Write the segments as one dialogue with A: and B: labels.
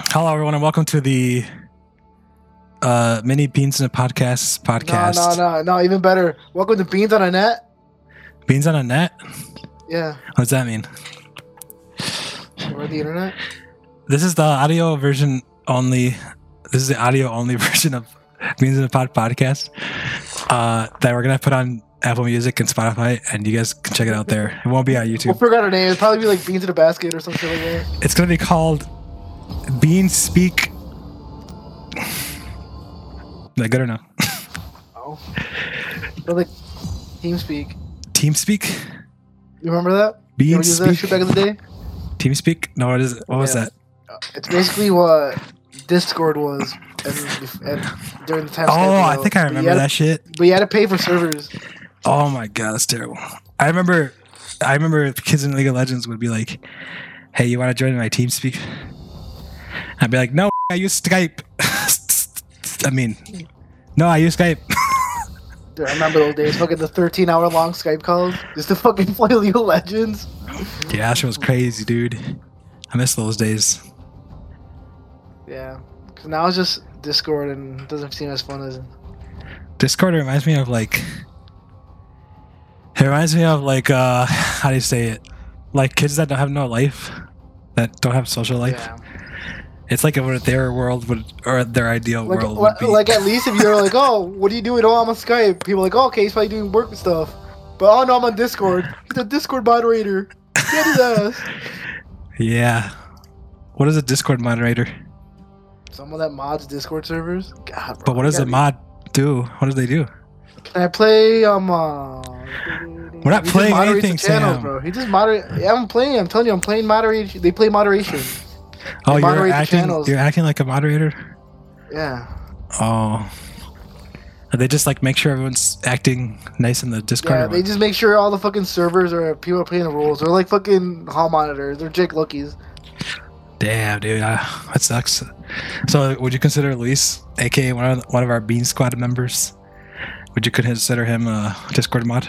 A: Hello, everyone, and welcome to the uh, Mini Beans and Podcasts podcast.
B: No, no, no, no. Even better. Welcome to Beans on a Net.
A: Beans on a net?
B: Yeah,
A: What does that mean?
B: over the internet.
A: This is the audio version only. This is the audio only version of Beans in a Pod podcast uh, that we're gonna put on Apple Music and Spotify, and you guys can check it out there. It won't be on
B: We'll
A: YouTube.
B: figure out a name. It'd probably be like Beans in a Basket or something like that.
A: It's gonna be called Bean Speak. That good or no?
B: Oh. Or like TeamSpeak.
A: Team Speak.
B: You remember that? You
A: Bean
B: ever use that shit
A: Speak.
B: back in the day?
A: Team Speak. No, what is it? What was
B: Yeah.
A: that?
B: Uh, It's basically what Discord was and, and during the time.
A: Oh,
B: Skype
A: I
B: was.
A: think I
B: But you
A: remember
B: had to-
A: that shit.
B: But you had to pay for servers.
A: Oh my god, that's terrible. I remember, I remember kids in League of Legends would be like, "Hey, you want to join my team speak?" I'd be like, "No, I use Skype." I mean, no, I use Skype.
B: Dude, I remember those days. Fucking the 13 hour long Skype calls just to fucking play League of Legends.
A: yeah, that shit was crazy, dude. I miss those days.
B: Yeah. 'Cause now it's just Discord and it doesn't seem as fun as.
A: Discord reminds me of like, it reminds me of like, uh, how do you say it? Like kids that don't have no life, that don't have social life.
B: Yeah.
A: It's like what their world would, or their ideal
B: Like,
A: world
B: li-
A: would be.
B: like at least if you're like, oh, what are you doing? Oh, I'm on Skype. People are like, oh, okay, he's probably doing work and stuff. But oh no, I'm on Discord. He's a Discord moderator. Get his ass.
A: Yeah. What is a Discord moderator?
B: Someone that mods Discord servers. God, bro,
A: But what
B: you
A: does a
B: gotta be-
A: mod do? What do they do?
B: Can I play? Um, uh,
A: We're not
B: he just
A: playing
B: moderates the
A: anything,
B: channels,
A: Sam.
B: bro. He just moderate. Yeah, I'm playing. I'm telling you, I'm playing moderation. They play moderation.
A: Oh, you're
B: moderate the
A: acting.
B: channels.
A: You're acting like a moderator.
B: Yeah.
A: Oh. And They just like make sure everyone's acting nice in the Discord.
B: Yeah,
A: or
B: they
A: what?
B: just make sure all the fucking servers are people are playing the rules. They're like fucking hall monitors. They're Jake Luckies.
A: Damn, dude, uh, that sucks. So, would you consider Luis, aka one of one of our Bean Squad members? Would you consider him a Discord mod?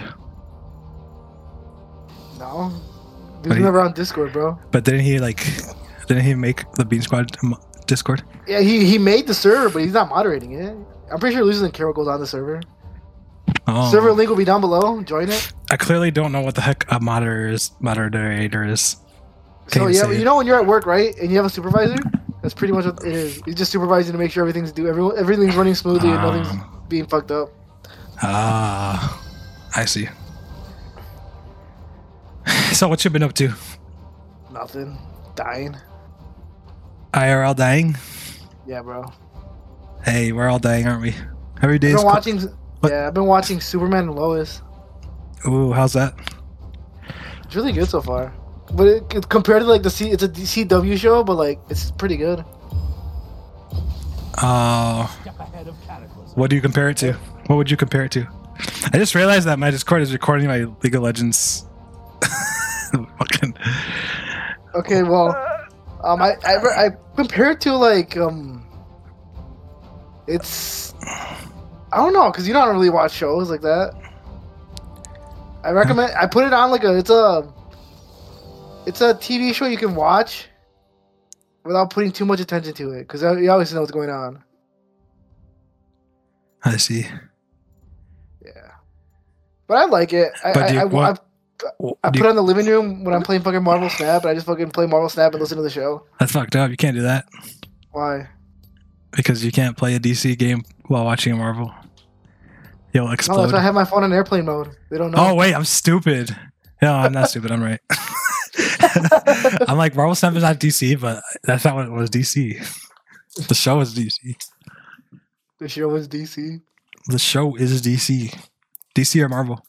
B: No,
A: What
B: dude's
A: do you-
B: never on Discord, bro.
A: But didn't he like? Didn't he make the Bean Squad mo- Discord?
B: Yeah, he, he made the server, but he's not moderating it. I'm pretty sure Losing Carol goes on the server.
A: Oh.
B: Server link will be down below. Join it.
A: I clearly don't know what the heck a moderator is. Moderator is.
B: So
A: Can't
B: Oh, yeah,
A: say it.
B: you know when you're at work, right, and you have a supervisor, that's pretty much what it is. You're just supervising to make sure everything's do everyone everything's running smoothly and nothing's
A: Um.
B: being fucked up.
A: Ah, I see. So what you been up to?
B: Nothing, dying.
A: IRL dying?
B: Yeah, bro.
A: Hey, we're all dying, aren't we? Every day
B: I've
A: is.
B: been
A: co-
B: watching.
A: What?
B: Yeah, I've been watching Superman and Lois.
A: Ooh, how's that?
B: It's really good so far. But it, it, compared to like the C, it's a CW show, but like it's pretty good.
A: Uh, what do you compare it to? What would you compare it to? I just realized that my Discord is recording my League of Legends. Fucking.
B: Okay, well, um, I, I, re- I compare it to like um, it's I don't know because you don't really watch shows like that. I recommend I put it on like a it's a it's a TV show you can watch without putting too much attention to it because you always know what's going on.
A: I see.
B: Yeah, but I like it. I,
A: But do you-
B: I, I,
A: what-
B: I, I
A: Do
B: put
A: you-
B: it on the living room when I'm playing fucking Marvel Snap, and I just fucking play Marvel Snap and listen to the show.
A: that's fucked up. You can't do that
B: Why?
A: because you can't play a DC game while watching a Marvel. You'll
B: No, that's
A: explode.
B: why I have my phone on airplane mode. They don't know.
A: Oh wait, I'm stupid. No, I'm not stupid. I'm right. I'm like Marvel Snap is not DC, but that's not what it was DC. The show is DC.
B: The show was DC.
A: The show is DC. DC or Marvel?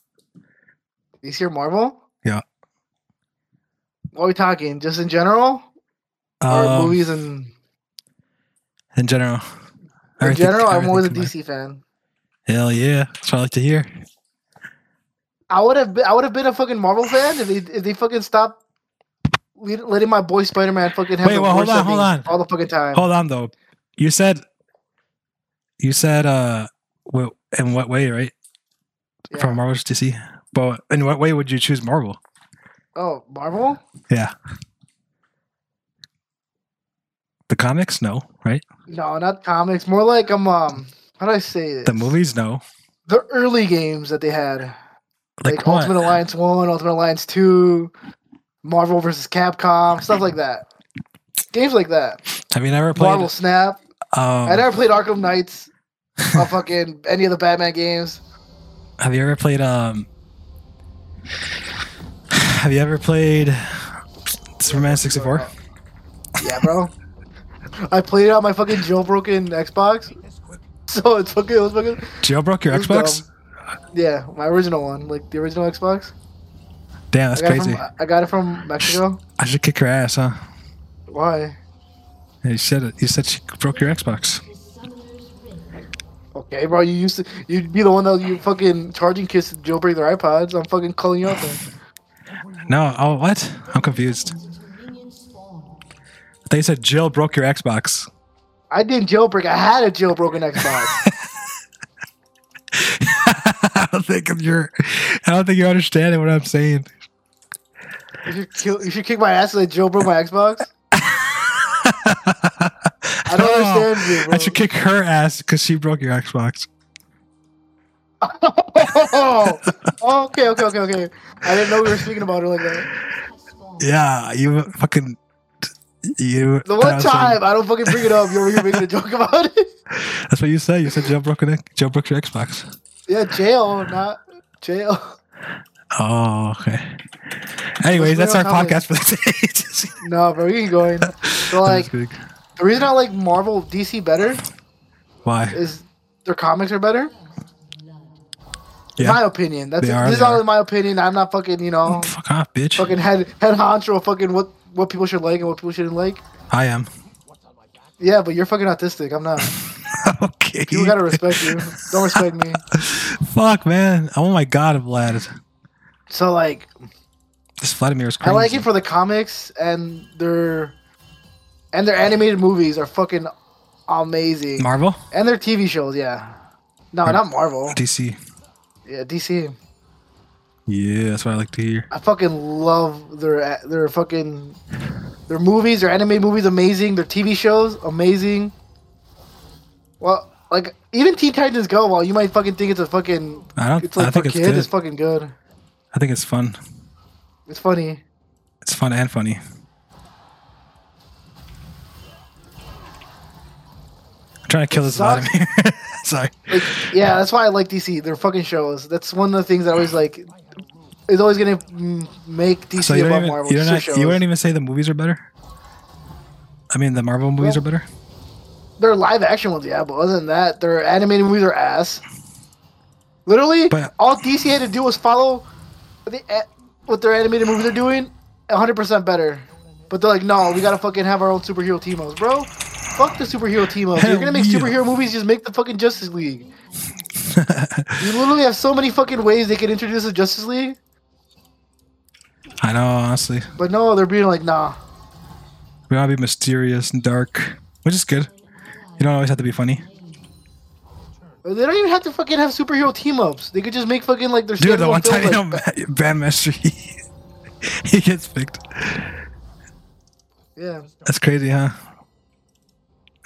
B: DC or Marvel?
A: Yeah.
B: What are we talking? Just in general?
A: Um,
B: or movies and
A: in general.
B: in
A: Everything-
B: general, I'm always a
A: everything combined.
B: DC fan.
A: Hell yeah, that's what I like to hear.
B: I would have been, I would have been a fucking Marvel fan if they if they fucking stopped le- letting my boy Spider Man fucking have
A: Wait,
B: the
A: well, hold
B: worst
A: on, hold
B: endings
A: on.
B: all the fucking time.
A: Hold on though. You said. You said uh, wh- in what way, right?
B: Yeah.
A: From Marvel to DC, but in what way would you choose Marvel?
B: Oh, Marvel?
A: Yeah. The comics? No, right?
B: No, not comics. More like um, um how do I say this?
A: The movies? No.
B: The early games that they had, like,
A: what?
B: Ultimate Alliance One, Ultimate Alliance Two, Marvel versus Capcom, stuff like that. Games like that.
A: Have you never played?
B: Marvel Snap. I
A: Um,
B: never played Arkham Knights. or fucking any of the Batman games.
A: have you ever played? Um, have you ever played Superman sixty four?
B: Yeah, bro. I played it on my fucking jailbroken Xbox. So it's fucking. It was fucking.
A: Jailbroke your
B: It was
A: Xbox?
B: Yeah, my original one, like the original Xbox.
A: Damn, that's
B: I got uh,
A: crazy.
B: It from, I got it from Mexico.
A: I should kick her ass, huh?
B: Why?
A: You said it. You said she broke your Xbox.
B: Okay, bro. You used to. You'd be the one that you fucking charging kids to jailbreak their iPods. I'm fucking calling you out. Then.
A: No. Oh, what? I'm confused. They said Jill broke your Xbox.
B: I didn't jailbreak. I had a jailbroken Xbox.
A: I don't think you're. I don't think you're understanding what I'm saying.
B: you, should kill, you should kick my ass because I jailbroke my Xbox.
A: I
B: don't understand you,
A: I
B: bro.
A: should kick her ass because she broke your Xbox.
B: oh, okay, okay, okay, okay. I didn't know we were speaking about it like that.
A: Yeah, you fucking. You.
B: The
A: that
B: one
A: was some-
B: time I don't fucking bring it up, you're you're making a joke about it.
A: That's what you said. You said Jill broke an, Jill broke your Xbox.
B: Yeah, jail, not jail.
A: Oh, okay. Anyways, that's
B: Let's bring
A: our
B: up topic.
A: podcast for the day. Just-
B: No, bro, we can go in. So
A: I'm just
B: like
A: kidding.
B: the reason I like Marvel DC better
A: why?
B: is their comics are better.
A: Yeah.
B: My opinion. That's
A: They
B: it.
A: are,
B: this is
A: they
B: all
A: are.
B: in my opinion. I'm not fucking, you know,
A: Fuck off, bitch.
B: fucking head head honcho of fucking what what people should like and what people shouldn't like.
A: I am.
B: Yeah, but you're fucking autistic. I'm not.
A: okay.
B: People gotta respect you. Don't respect me.
A: Fuck, man. Oh my god, Vlad.
B: So like,
A: This Vladimir's
B: I
A: crazy.
B: like it for the comics and their and their animated movies are fucking amazing.
A: Marvel,
B: and their TV shows, yeah. No, not Marvel.
A: DC.
B: Yeah, DC.
A: Yeah, that's what I like to hear.
B: I fucking love their their fucking their movies, their anime movies, amazing. Their TV shows, amazing. Well, like even Teen Titans Go. While you might fucking think it's a fucking,
A: I don't.
B: it's like
A: I
B: for
A: think it's
B: kids,
A: good.
B: it's fucking good.
A: I think it's fun.
B: It's funny.
A: It's fun and funny. I'm trying to kill this
B: sucks.
A: Vladimir. Sorry.
B: Like, yeah, that's why I like DC. Their fucking shows. That's one of the things that always like is always gonna mm, make DC
A: So you
B: above
A: don't even.
B: Marvel.
A: You don't.
B: It's their
A: Not, you
B: shows.
A: wouldn't even say the movies are better. I mean, the Marvel movies
B: Well-
A: are better.
B: They're live action ones, yeah, but other than that, their animated movies are ass. Literally,
A: But-
B: all DC had to do was follow the, a- what their animated movies are doing 100% better. But they're like, no, we gotta fucking have our own superhero team ups, bro. Fuck the superhero team ups. You're
A: Hell
B: gonna make
A: yeah.
B: superhero movies, just make the fucking Justice League. you literally have so many fucking ways they could introduce a Justice League,
A: I know, honestly.
B: but no, they're being like, nah.
A: We want to be mysterious and dark, which is good. You don't always have to be funny.
B: They don't even have to fucking have superhero team ups. They could just make fucking like their
A: Dude, the
B: standalone
A: one time
B: films,
A: you
B: like,
A: know Ma- Bandmaster, he, he gets picked.
B: yeah.
A: That's crazy, huh?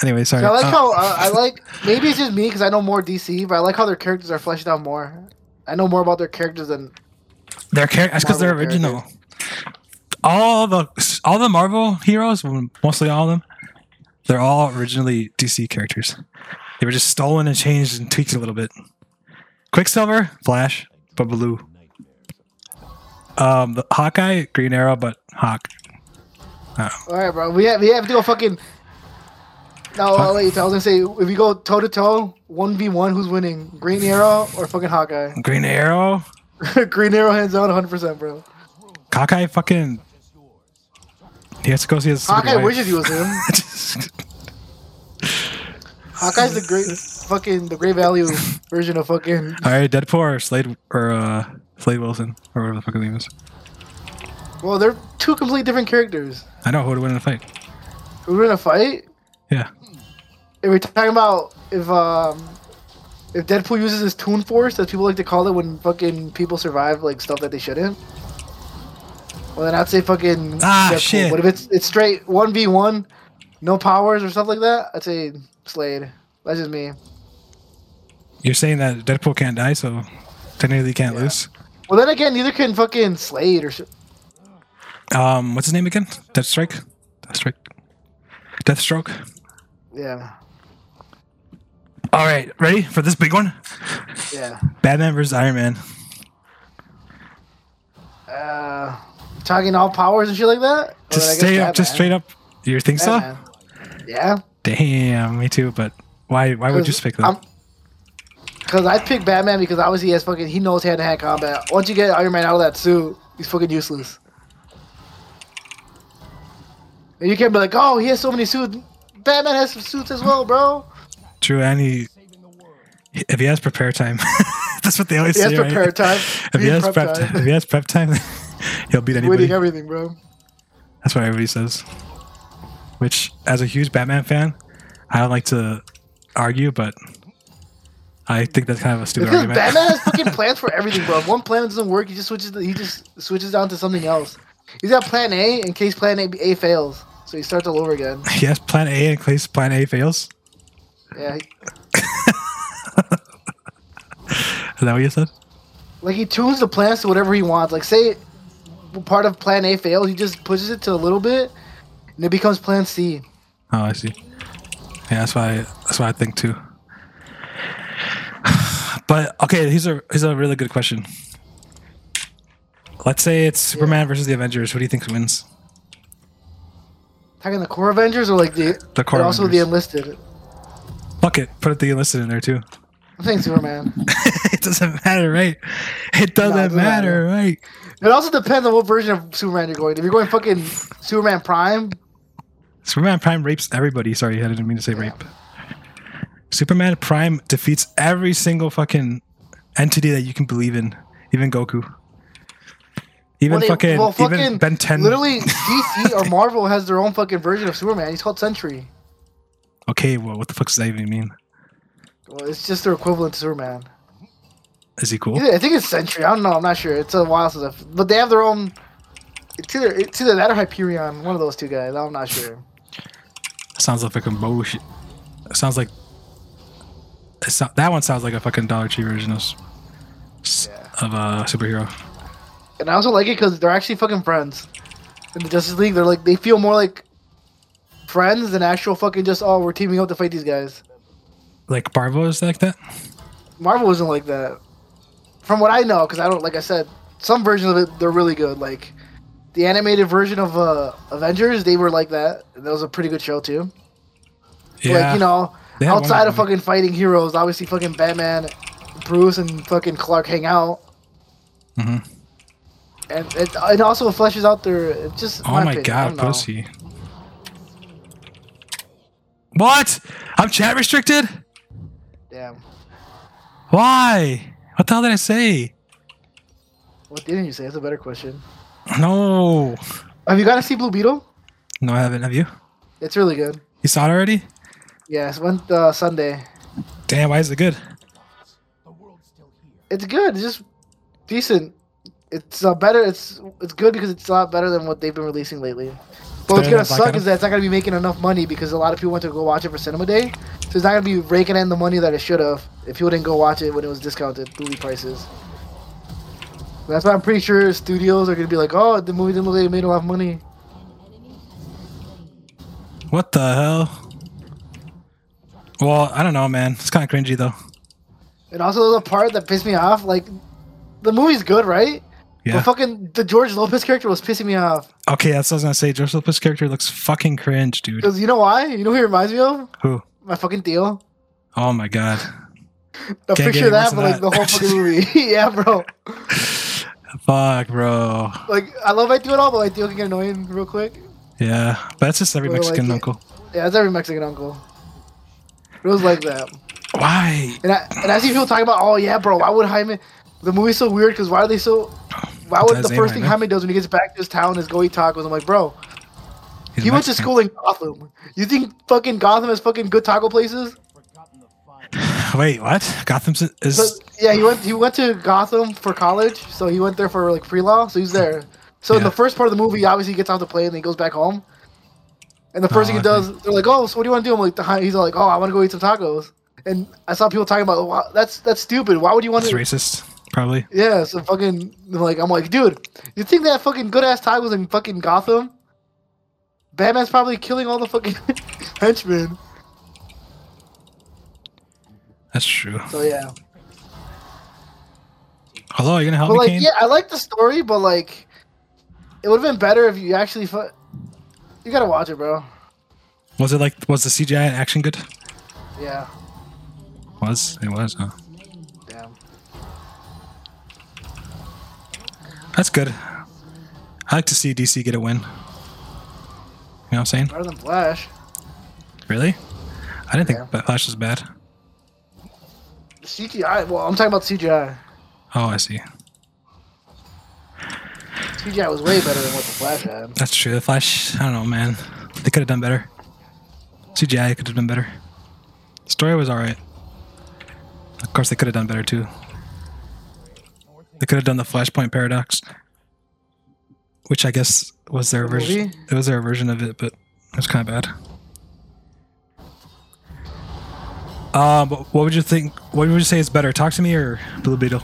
A: Anyway, sorry.
B: I like
A: Uh,
B: how uh, I like. Maybe it's just me because I know more DC, but I like how their characters are fleshed out more. I know more about their characters than
A: their char- that's because they're
B: Marvel characters.
A: original. All the all the Marvel heroes, well, mostly all of them, they're all originally DC characters. They were just stolen and changed and tweaked a little bit. Quicksilver, Flash, Babaloo. Um, the Hawkeye, Green Arrow, but Hawk.
B: All right, bro. We have we have to go fucking. No, I'll let you tell. I was gonna say if we go toe to toe, one v one, who's winning? Green Arrow or fucking Hawkeye?
A: Green Arrow,
B: Green Arrow hands down, 100, percent bro.
A: Hawkeye, fucking. He has to go see his. stupid
B: Hawkeye
A: wife.
B: wishes he was him. Hawkeye's the great fucking the great value version of fucking.
A: All right, Deadpool or Slade or uh, Slade Wilson or whatever the fuck his name is.
B: Well, they're two complete different characters.
A: I know who would win in a fight.
B: Who would win a fight?
A: Yeah,
B: If we're talking about if um if Deadpool uses his Toon Force, as people like to call it when fucking people survive like stuff that they shouldn't. Well, then I'd say fucking
A: Ah,
B: Deadpool.
A: shit.
B: But if it's it's straight one v one, no powers or stuff like that, I'd say Slade. That's just me.
A: You're saying that Deadpool can't die, so technically he can't
B: Yeah.
A: lose.
B: Well, then again, neither can fucking Slade or. s-
A: Um, what's his name again? Deathstrike. Deathstrike. Deathstroke.
B: Yeah,
A: All right, ready for this big one?
B: yeah.
A: Batman versus Iron Man.
B: Uh, talking all powers and shit like that.
A: Just
B: Well, I guess
A: straight up. Just straight
B: Batman.
A: up. You think so?
B: Batman. Yeah,
A: Damn, me too. But why? Why would you
B: Cause
A: pick that?
B: I'm- because I picked Batman because obviously he has fucking he knows hand to hand combat. Once you get Iron Man out of that suit, he's fucking useless. And you can't be like, oh, he has so many suits. Batman has some suits as well, bro.
A: True, and he if he has prepare time, that's what they always
B: He has
A: say. right?
B: prepared time.
A: If he
B: He's
A: has prep,
B: prep
A: time.
B: time.
A: if he has prep time, he'll beat
B: He's winning
A: anybody.
B: everything, bro.
A: That's what everybody says. Which, as a huge Batman fan, I don't like to argue, but I think that's kind of a stupid
B: Because
A: argument.
B: Batman has fucking plans for everything, bro. If one plan doesn't work, he just switches. The, he just switches down to something else. He's got plan A in case plan A, A fails, so he starts all over again.
A: yes, Plan A in case Plan A fails.
B: Yeah, he-
A: Is that what you said?
B: like he tunes the plans to whatever he wants. Like say, part of plan A fails, he just pushes it to a little bit, and it becomes plan C.
A: Oh, I see. Yeah, that's why. That's why I think too. But okay, here's a here's a really good question. Let's say it's Superman versus the Avengers. Who do you think wins?
B: Talking the core Avengers or like the
A: The core
B: but also the
A: Avengers.
B: enlisted.
A: Fuck it, put the enlisted in there too.
B: I'm saying Superman.
A: it doesn't matter, right? It doesn't,
B: doesn't
A: matter,
B: matter.
A: right?
B: It also depends on what version of Superman you're going. If you're going fucking Superman Prime,
A: Superman Prime rapes everybody. Sorry, I didn't mean to say rape. Superman Prime defeats every single fucking entity that you can believe in, even Goku. Even
B: Well, they-
A: fucking,
B: well,
A: even Ben 10.
B: Literally, DC or Marvel has their own fucking version of Superman. He's called Sentry.
A: Okay, well, what the fuck does that even mean?
B: Well, it's just their equivalent to Superman.
A: Is he cool?
B: Yeah, I think it's Sentry. I don't know. I'm not sure. It's a while since I've, but they have their own. It's either it's either that or Hyperion. One of those two guys. I'm not sure.
A: Sounds like fucking bullshit. Sounds like it so- that one sounds like a fucking Dollar Tree version of, s- of a superhero.
B: And I also like it because they're actually fucking friends. In the Justice League, they're like they feel more like friends than actual fucking just oh we're teaming up to fight these guys.
A: Like Barvo is like that.
B: Marvel isn't like that. From what I know, because I don't like I said, some versions of it they're really good. Like the animated version of uh, Avengers, they were like that. And that was a pretty good show too.
A: Yeah,
B: Like you know,
A: They had
B: outside
A: Wonder
B: of fucking fighting heroes, obviously fucking Batman, Bruce, and fucking Clark hang out.
A: Mhm.
B: And it, it also fleshes out their it's just.
A: Oh my
B: opinion, I
A: god,
B: don't know.
A: pussy. What? I'm chat restricted?
B: Damn.
A: Why? What the hell did I say?
B: What didn't you say? That's a better question.
A: No.
B: Have you got to see Blue Beetle?
A: No, I haven't. Have you?
B: It's really good.
A: You saw it already?
B: Yeah, it's went uh, Sunday.
A: Damn, why is it good?
B: It's good. It's just decent. It's uh, better. It's it's good because it's a lot better than what they've been releasing lately. But what's
A: better
B: gonna
A: than Black
B: suck
A: Adam?
B: is that it's not gonna be making enough money because a lot of people went to go watch it for Cinema Day, so it's not gonna be raking in the money that it should have if people didn't go watch it when it was discounted movie prices. That's why I'm pretty sure studios are gonna be like, "Oh, the movie didn't look like it made a lot of money."
A: What the hell? Well, I don't know, man. It's kind of cringy, though.
B: And also the part that pissed me off, like, the movie's good, right?
A: Yeah.
B: But fucking the George Lopez character was pissing me off
A: Okay, that's what I was gonna say. George Lopez's character looks fucking cringe, dude.
B: because you know why? You know who he reminds me of?
A: Who?
B: My fucking deal.
A: Oh my god.
B: Now
A: Can't get
B: picture
A: any worse
B: that, but
A: than
B: like the whole
A: that.
B: fucking movie. yeah, bro.
A: Fuck, bro.
B: Like I love my all, but my Theo can get annoying real quick.
A: Yeah, but that's just every
B: Well, like
A: Mexican
B: it-
A: uncle.
B: Yeah, that's every Mexican uncle. It was like that.
A: Why?
B: And I and I see people talking about, oh yeah, bro, why would Jaime? The movie's so weird because why are they so? Why would
A: That's
B: the
A: it
B: first
A: right
B: thing
A: now.
B: Jaime does when he gets back to his town is go eat tacos? I'm like, bro,
A: He's
B: he went to
A: Mexican.
B: school in Gotham. You think fucking Gotham has fucking good taco places?
A: Oh, Wait, what? Gotham is.
B: But yeah, he went he went to Gotham for college, so he went there for like pre law, so he's there. So in
A: Yeah.
B: the first part of the movie, obviously he gets off the plane and he goes back home. And the first
A: Oh,
B: thing he
A: okay.
B: does, they're like, "Oh, so what do you want to do?" I'm like, "Hi-" "He's like, oh, I want to go eat some tacos." And I saw people talking about, wow, "That's that's stupid. Why would you want
A: It's
B: to?"
A: racist, probably.
B: Yeah, so fucking like I'm like, dude, you think that fucking good ass tacos in fucking Gotham? Batman's probably killing all the fucking henchmen.
A: That's true.
B: So yeah,
A: Hello, are you gonna help
B: but
A: me,
B: like,
A: Kane?
B: yeah, I like the story, but like, it would have been better if you actually. Fu- you gotta watch it, bro.
A: Was it like was the CGI and action good?
B: Yeah,
A: Was it was? Huh?
B: damn.
A: That's good. I like to see DC get a win. You know what I'm saying?
B: Better than Flash.
A: Really? I didn't think
B: Yeah.
A: Ba- Flash was bad.
B: CGI. Well, I'm talking about CGI.
A: Oh, I see.
B: CGI was way better than what the Flash had.
A: That's true. The Flash, I don't know, man. They could have done better. CGI could have done better. The story was alright. Of course, they could have done better too. They could have done the Flashpoint paradox, which I guess was their
B: The
A: version.
B: movie?
A: It was their version of it, but it was kind of bad. Uh, but what would you think? What would you say is better, Talk to Me or Blue Beetle?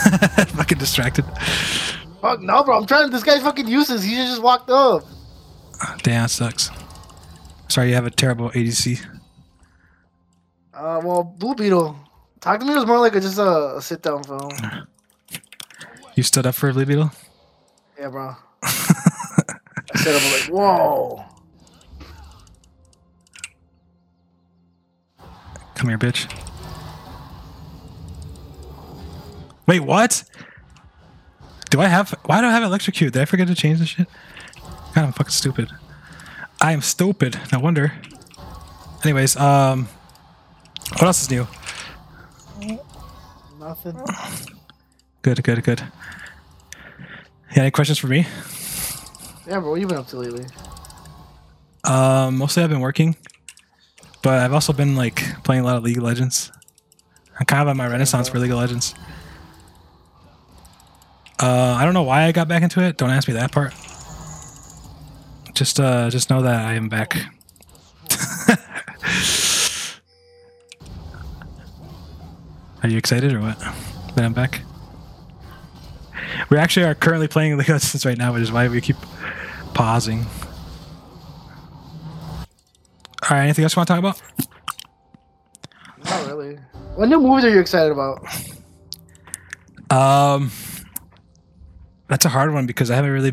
A: Fucking distracted.
B: Fuck no, bro. I'm trying. This guy's fucking useless. He just walked up.
A: Damn, that sucks. Sorry, you have a terrible ADC.
B: Uh, well, Blue Beetle. Talk to me was more like a, just a, a sit down film.
A: You stood up for Blue Beetle?
B: Yeah, bro. I said, I'm like, whoa.
A: Come here, bitch. Wait, what? Do I have. Why do I have electrocute? Did I forget to change this shit? God, I'm fucking stupid. I am stupid. No wonder. Anyways, um. What else is new?
B: Nothing.
A: Good, good, good. You got any questions for me?
B: Yeah, bro. What you been up to lately?
A: Um, mostly I've been working, but I've also been like playing a lot of League of Legends. I'm kind of at my renaissance for League of Legends. Uh, I don't know why I got back into it. Don't ask me that part. Just uh, just know that I am back. are you excited or what? That I'm back. We actually are currently playing League of Legends right now, which is why we keep pausing. All right, anything else you want to talk about?
B: Not really. What new movies are you excited about?
A: Um, that's a hard one because I haven't really,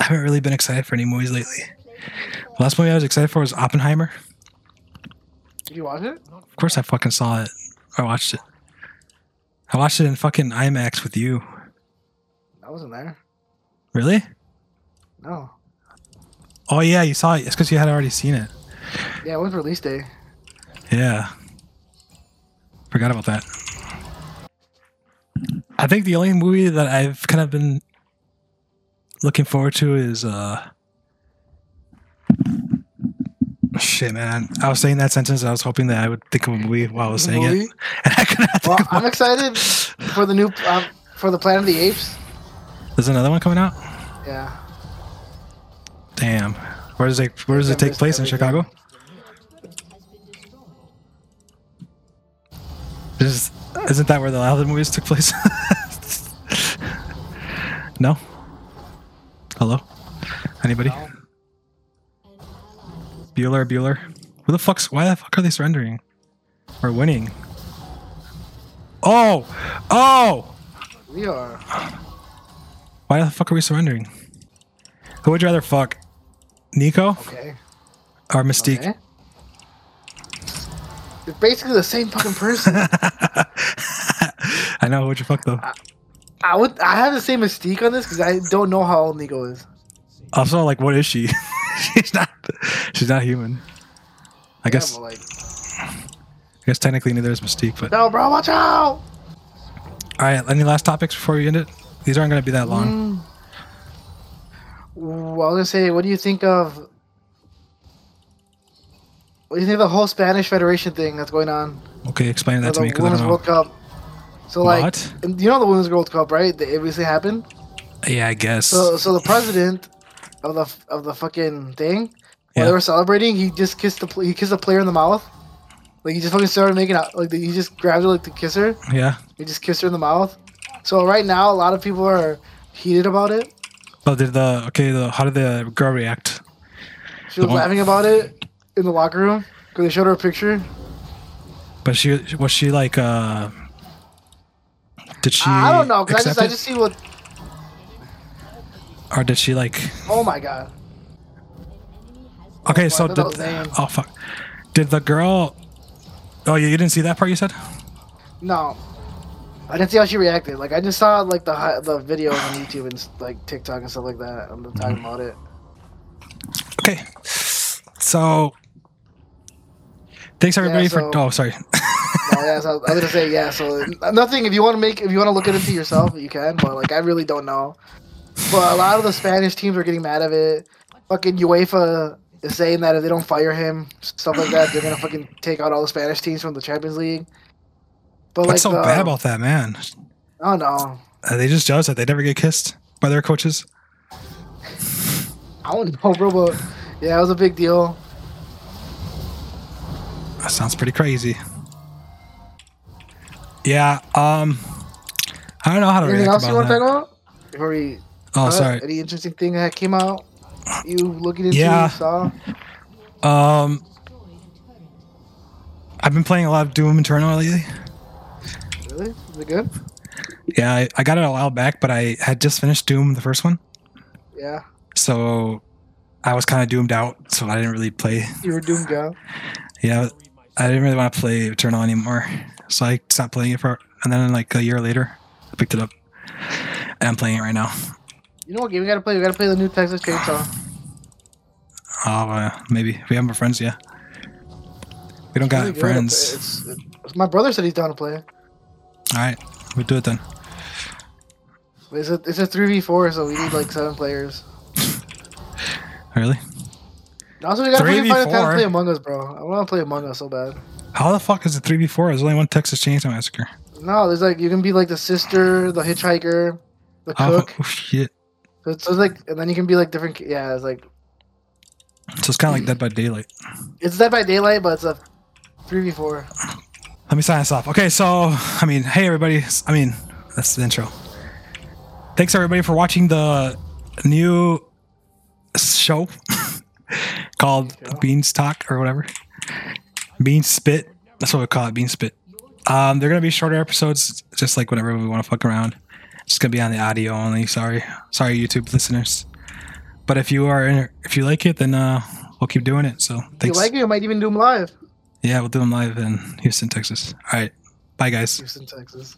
A: I haven't really been excited for any movies lately. The last movie I was excited for was Oppenheimer.
B: Did you watch it?
A: Of course, I fucking saw it. I watched it. I watched it in fucking IMAX with you.
B: I wasn't there.
A: Really?
B: No.
A: Oh yeah, you saw it. It's because you had already seen it.
B: Yeah, it was release day.
A: Yeah. Forgot about that. I think the only movie that I've kind of been looking forward to is uh shit man. I was saying that sentence I was hoping that I would think of a movie while I was saying
B: Movie?
A: it. And I could not
B: Well,
A: think of
B: I'm
A: one.
B: excited for the new um, for the Planet of the Apes.
A: There's another one coming out?
B: Yeah.
A: Damn. Where does it where does it take place in Chicago? Is, isn't that where the other movies took place? no? Hello? Anybody? Bueller, Bueller. Who the fuck's. Why the fuck are they surrendering? Or winning? Oh! Oh!
B: We are.
A: Why the fuck are we surrendering? Who would you rather fuck? Nico
B: Okay.
A: or Mystique?
B: Okay. They're basically the same fucking person.
A: I know. Who would you fuck though?
B: I would. I have the same mystique on this because I don't know how old Nico is.
A: Also, like, what is she? she's not. She's not human. I guess.
B: Yeah, but, like,
A: I guess technically neither is Mystique. But all
B: no, bro, watch out.
A: right. Any last topics before we end it? These aren't going to be that long.
B: Mm. Well, I was gonna say, what do you think of? What do you think of the whole Spanish Federation thing that's going on?
A: Okay, explain that
B: Or
A: to me
B: the
A: because I
B: Women's
A: don't know.
B: World Cup. So like,
A: What?
B: you know the Women's World Cup, right? That it recently happened.
A: Yeah, I guess.
B: So so the president of the of the fucking thing while
A: Yeah.
B: they were celebrating, he just kissed the pl- he kissed the player in the mouth. Like he just fucking started making out. Like he just grabbed her like to kiss her.
A: yeah.
B: He just kissed her in the mouth. So right now, a lot of people are heated about it.
A: But did the okay? The, how did the girl react?
B: She was
A: The one-
B: laughing about it in the locker room because they showed her a picture.
A: But she was she like uh. Did she?
B: I I don't know. 'cause I
A: accept
B: just I
A: it?
B: just see what.
A: Or did she like?
B: Oh my god.
A: Okay,
B: I
A: so did
B: thought that was lame.
A: oh fuck, did the girl? Oh, you you didn't see that part. You said.
B: No. I didn't see how she reacted. Like I just saw like the hi- the videos on YouTube and s- like TikTok and stuff like that. I'm not talking about it.
A: Mm-hmm. Okay. So thanks everybody for
B: so-
A: oh sorry.
B: No, yeah, so I was gonna say yeah. So n- nothing. If you want to make, if you want to look into yourself, you can. But like I really don't know. But a lot of the Spanish teams are getting mad at it. Fucking UEFA is saying that if they don't fire him, stuff like that, they're gonna fucking take out all the Spanish teams from the Champions League. But
A: What's so
B: the-
A: bad about that man?
B: I don't know.
A: Are they just jealous that they never get kissed by their coaches?
B: I don't know, bro. But yeah, it was a big deal.
A: That sounds pretty crazy. Yeah, um I don't know how to
B: Anything
A: react
B: else you
A: about
B: want to
A: that.
B: talk about? Before we
A: Oh
B: Uh,
A: sorry.
B: Any interesting thing that came out? You looking into?
A: Yeah.
B: You saw?
A: Um I've been playing a lot of Doom Eternal lately.
B: Really? Is it good?
A: Yeah, I, I got it a while back, but I had just finished Doom the first one.
B: Yeah.
A: So I was kinda doomed out, so I didn't really play
B: You were doomed, yeah.
A: Yeah, I didn't really want to play Eternal anymore, so I stopped playing it for. And then like a year later, I picked it up, and I'm playing it right now.
B: You know what game we gotta play? We gotta play the new Texas Chainsaw.
A: Oh, uh, maybe if we have more friends, yeah. We don't
B: Really
A: got
B: good.
A: friends.
B: It's, it's- my brother said he's down to play. it.
A: All right, we'll do it then.
B: But It's a it's a three v four, so we need like seven players.
A: Really?
B: And also, we gotta play
A: 3v4?
B: find a time to play Among Us, bro. I wanna play Among Us so bad.
A: How the fuck is it three v four? There's only one Texas Chainsaw Massacre.
B: No, there's like you can be like the sister, the hitchhiker, the
A: Oh,
B: cook.
A: oh, shit!
B: So it's, so it's like, and then you can be like different. ca- Yeah, it's like
A: So it's kind of like Dead by Daylight.
B: it's Dead by Daylight, but it's a three v four.
A: Let me sign this off. Okay, so I mean, hey everybody. I mean, that's the intro. Thanks everybody for watching the new show called Beans Talk or whatever. Bean Spit. That's what we call it, Bean Spit. Um, they're gonna be shorter episodes, just like whenever we want to fuck around. It's gonna be on the audio only. Sorry, sorry, YouTube listeners. But if you are, in, if you like it, then uh, we'll keep doing it. So
B: If you
A: thanks.
B: like it, you might even do them live.
A: Yeah, we'll do them live in Houston, Texas. All right. Bye, guys.
B: Houston, Texas.